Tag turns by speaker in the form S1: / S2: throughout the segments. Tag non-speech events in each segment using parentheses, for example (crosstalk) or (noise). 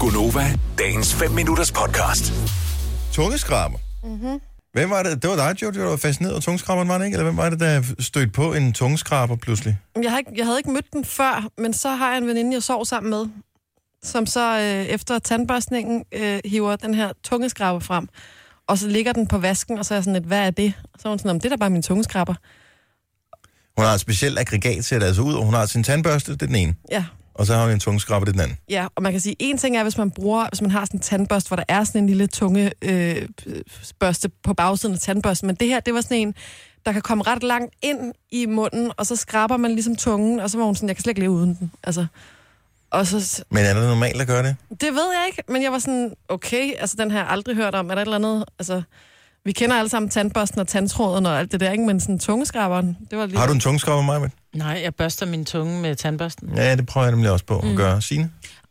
S1: Gunova, dagens 5 minutters podcast.
S2: tungeskraber. Mm-hmm. Hvem var det? Det var dig, Jojo, der var fascineret af tungeskraberen, var det ikke? Eller hvem var det, der stødte på en tungeskraber pludselig?
S3: Jeg, har ikke, jeg havde ikke mødt den før, men så har jeg en veninde, jeg sov sammen med, som så øh, efter tandbørstningen øh, hiver den her tungeskraber frem. Og så ligger den på vasken, og så er jeg sådan lidt, hvad er det? Og så er hun sådan, "Nå, men det er da bare min tungeskraber.
S2: Hun har et specielt aggregat til det, altså ud, og hun har sin tandbørste, det er den ene.
S3: Ja,
S2: Og så har hun en tungeskraber, det er den anden.
S3: ja, og man kan sige, en ting er, hvis man bruger, hvis man har sådan en tandbørst, hvor der er sådan en lille tunge øh, børste på bagsiden af tandbørsten, men det her, det var sådan en, der kan komme ret langt ind i munden, og så skraber man ligesom tungen, og så var hun sådan, jeg kan slet ikke leve uden den. Altså, og så,
S2: Men er det normalt at gøre det?
S3: Det ved jeg ikke, men jeg var sådan, okay, altså den har jeg aldrig hørt om. Er der et eller andet, altså... Vi kender alle sammen tandbørsten og tandtråden og alt det der, ikke? Men sådan tungeskraberen, det var lige...
S2: Har du en tungeskraber, Maja?
S4: Nej, jeg børster min tunge med tandbørsten.
S2: Ja, det prøver jeg nemlig også på at gøre. Signe?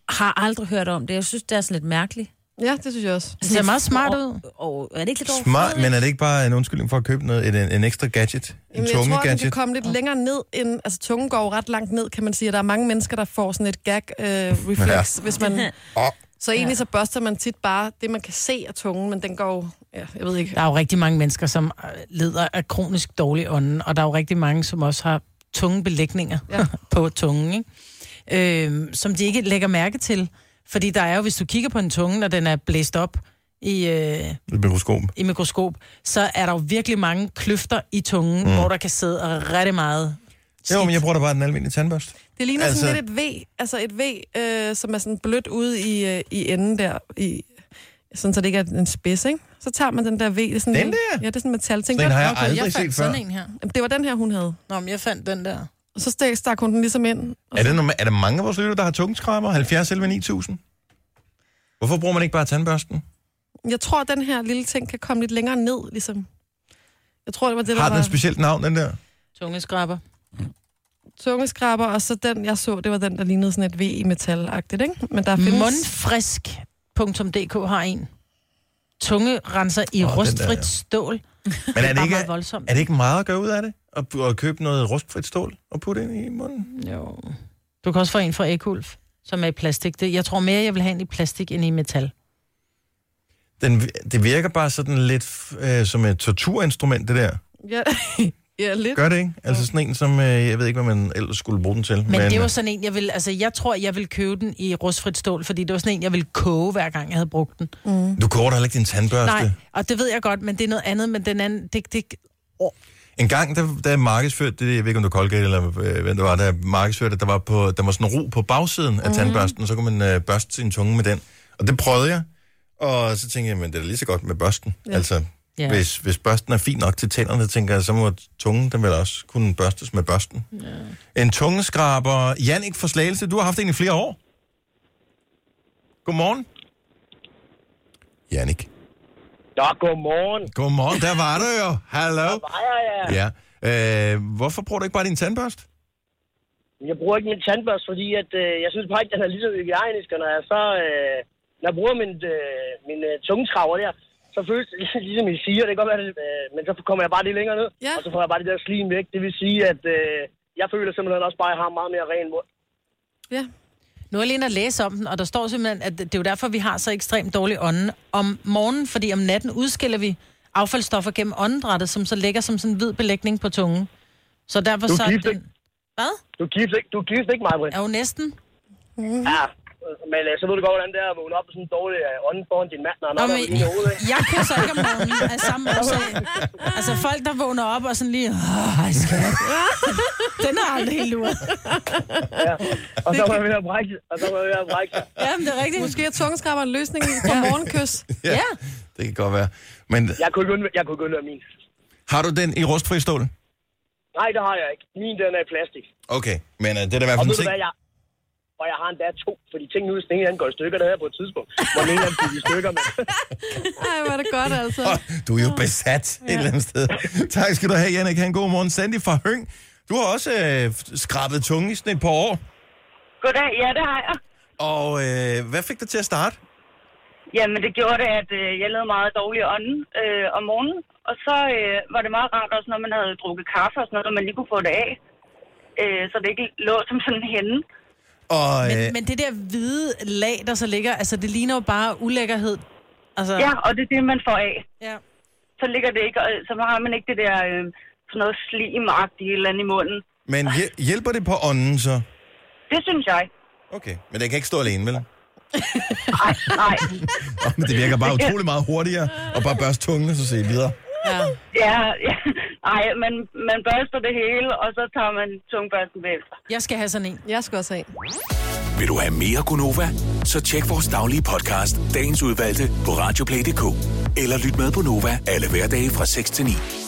S5: Har aldrig hørt om det. Jeg synes, det er sådan lidt mærkeligt.
S3: Ja, det synes jeg også.
S4: Det ser meget smart ud.
S5: Og, og, er det ikke lidt
S2: Smart,
S5: overfladisk?
S2: men er det ikke bare en undskyldning for at købe noget, en, en ekstra gadget? En
S3: Jamen, jeg tror, den
S2: tunge-gadget?
S3: kan komme lidt længere ned end... Altså, tungen går jo ret langt ned, kan man sige. og Der er mange mennesker, der får sådan et
S2: (laughs)
S3: gag-reflex, øh, ja. hvis man...
S2: Åh.
S3: Så egentlig så børster man tit bare det, man kan se af tungen, men den går jo... Ja, jeg ved ikke.
S4: Der er jo rigtig mange mennesker, som øh, lider af kronisk dårlig ånden, og der er jo rigtig mange, som også har tunge belægninger
S3: Ja.
S4: ja. (laughs) på tungen, ikke? Øhm, som de ikke lægger mærke til. Fordi der er jo, hvis du kigger på en tunge, når den er blæst op i, øh,
S2: Et mikroskop.
S4: i mikroskop, så er der jo virkelig mange kløfter i tungen, mm. hvor der kan sidde rigtig meget skidt.
S2: Jo, men jeg bruger da bare den almindelige tandbørste.
S3: Det ligner altså... sådan
S2: Altså-
S3: lidt et V, altså et V, øh, som er sådan blødt ude i, øh, i enden der, i, sådan så det ikke er en spids, ikke? Så tager man den der V. Det er sådan
S2: Den
S3: en-
S2: der?
S3: Ja, det er sådan en metalting.
S2: Den har jeg
S4: Okay,
S2: aldrig
S4: jeg
S2: set
S4: fandt
S2: før.
S4: sådan en her.
S3: Jamen, Det var den her, hun havde.
S4: Nå, men jeg fandt den der.
S3: Og så stak, stak hun den ligesom ind. Og
S2: Er, det norma- er der mange af vores lytter, der har tungeskraber? 70 11 9000? Hvorfor bruger man ikke bare tandbørsten?
S3: Jeg tror, at den her lille ting kan komme lidt længere ned, ligesom. Jeg tror, det var det,
S2: Har
S3: der
S2: den et
S3: var
S2: specielt navn, den der?
S4: Tungeskraber.
S3: tungeskraber, og så den, jeg så, det var den, der lignede sådan et V i metal-agtigt, ikke? Men
S2: Mm.
S3: der findes...
S4: Mundfrisk.dk har en. Tunge renser i
S2: Åh,
S4: oh,
S2: den
S4: rustfrit
S2: der, ja.
S4: stål.
S2: Men er
S4: Det
S2: det,
S4: er
S2: ikke,
S4: meget voldsomt.
S2: er det ikke meget at gøre ud af det? At, at købe noget rustfrit stål og putte ind i munden?
S4: Jo. Du kan også få en fra Ekulf, som er i plastik. Det, jeg tror mere, jeg vil have en i plastik end i metal.
S2: Den, vi- det virker bare sådan lidt øh, som et torturinstrument, det der.
S3: Ja, (laughs) ja lidt.
S2: Gør det ikke? Altså sådan en, som øh, jeg ved ikke, hvad man ellers skulle bruge den til. øh,
S4: Men, Men det var sådan en, jeg vil, altså, jeg tror, jeg vil købe den i rustfrit stål, fordi det var sådan en, jeg ville koge, hver gang jeg havde brugt den.
S2: Du koger da heller ikke din tandbørste.
S4: Nej, og det ved jeg godt, men det er noget andet, men den anden, det, det,
S2: En gang, der, der markedsførte det, jeg ved ikke, om det var Colgate eller øh, hvem det var, der markedsførte, at der var, på, der var sådan en ro på bagsiden af mm. tandbørsten, og så kunne man øh, børste sin tunge med den. Og det prøvede jeg, og så tænkte jeg, men det er da lige så godt med børsten. Ja. Altså, ja.
S4: Ja.
S2: Hvis, hvis børsten er fin nok til tænderne, så tænker jeg, så må tungen, den vel også kunne børstes med børsten. Ja. En tungeskraber. Jannik fra Slagelse, du har haft en i flere år. Godmorgen. Jannik.
S6: Nå, godmorgen.
S2: Godmorgen, der var du jo. Hallo.
S6: Hej, hej, hej.
S2: Ja. Øh, hvorfor bruger du ikke bare din tandbørste?
S6: Jeg bruger ikke min tandbørste, fordi at, øh, jeg synes bare ikke, den er lige så hygiejnisk, og når jeg så øh, når jeg bruger min, øh, min øh, tungetraver der, så føles det (laughs) ligesom I siger, det kan godt være, det, øh, men så kommer jeg bare lidt længere ned,
S3: Ja.
S6: og så får jeg bare det der slim væk. Det vil sige, at øh, jeg føler simpelthen også bare, at jeg har meget mere ren mund.
S3: Ja.
S4: Nu er jeg lige inde at læse om den, og der står simpelthen, at det er jo derfor, vi har så ekstremt dårlig ånde om morgenen, fordi om natten udskiller vi affaldsstoffer gennem åndedrættet, som så ligger som sådan en hvid belægning på tungen. Så derfor
S6: Du er
S4: så... er
S6: gift, ikke?
S4: Den... Hvad?
S6: Du er gift ikke, du er gift ikke mig, Britt.
S4: Er jo næsten? Mhm.
S6: Ja. Men øh, så ved du godt, hvordan det er at vågne op med sådan en dårlig øh, ånd foran din mand, når han
S4: Nå,
S6: har
S4: men
S6: været i hovedet. ikke?
S4: jeg kysser ikke om morgenen af samme årsag. Altså folk, der vågner op og sådan lige... Åh, skat. Den er aldrig helt luret. (laughs)
S6: Og så var jeg ved at brække, og så var jeg ved at brække.
S4: Jamen, det er rigtigt.
S3: Måske er tungeskraberen løsningen på morgenkys.
S2: Ja. Det kan godt være. Men
S6: Jeg kunne ikke undvære, jeg kunne ikke undvære min.
S2: har du den i rustfri stål?
S6: Nej, det har jeg ikke. Min, den er i plastik.
S2: Okay, men uh, det er da i hvert
S6: Og
S2: fald en
S6: ved du
S2: ting.
S6: hvad, jeg... Og jeg har endda to, fordi tingene ud, den ene anden går i stykker, der havde jeg på et tidspunkt, hvor den ene anden gik i stykker, men
S3: Ej, hvor er det godt, altså.
S2: Åh, Du er jo besat ja. et eller andet sted. tak skal du have, Jannik. Ha' en god morgen. Sandy fra Høng. Du har også øh, skrabet tunge i sådan et par år.
S7: Goddag, ja det har jeg.
S2: Og øh, hvad fik dig til at starte?
S7: Jamen det gjorde det, at øh, jeg lavede meget dårlig ånd øh, om morgenen. Og så øh, var det meget rart også, når man havde drukket kaffe og sådan noget, at man lige kunne få det af. Øh, så det ikke lå som sådan henne.
S2: Og, øh,
S4: Men, men det der hvide lag, der så ligger, altså det ligner jo bare ulækkerhed. Altså,
S7: Ja, og det er det, man får af.
S4: ja.
S7: Så ligger det ikke, og så har man ikke det der øh, sådan noget slimagtigt eller andet i munden.
S2: men hjæl- hjælper det på ånden så?
S7: Det synes jeg.
S2: Okay, men det kan ikke stå alene, vel?
S7: Nej, nej.
S2: (laughs) Nå, men det virker bare utrolig meget hurtigere, og bare børste tungen, og så se videre.
S4: ja.
S7: Ja, ja. Ej, man, man børster det hele, og så tager man tungbørsten bagefter.
S4: Jeg skal have sådan en.
S3: Jeg skal også have en.
S1: Vil du have mere Gunova? Så tjek vores daglige podcast, dagens udvalgte, på radioplay.dk. Eller lyt med på Nova alle hverdage fra 6 til 9.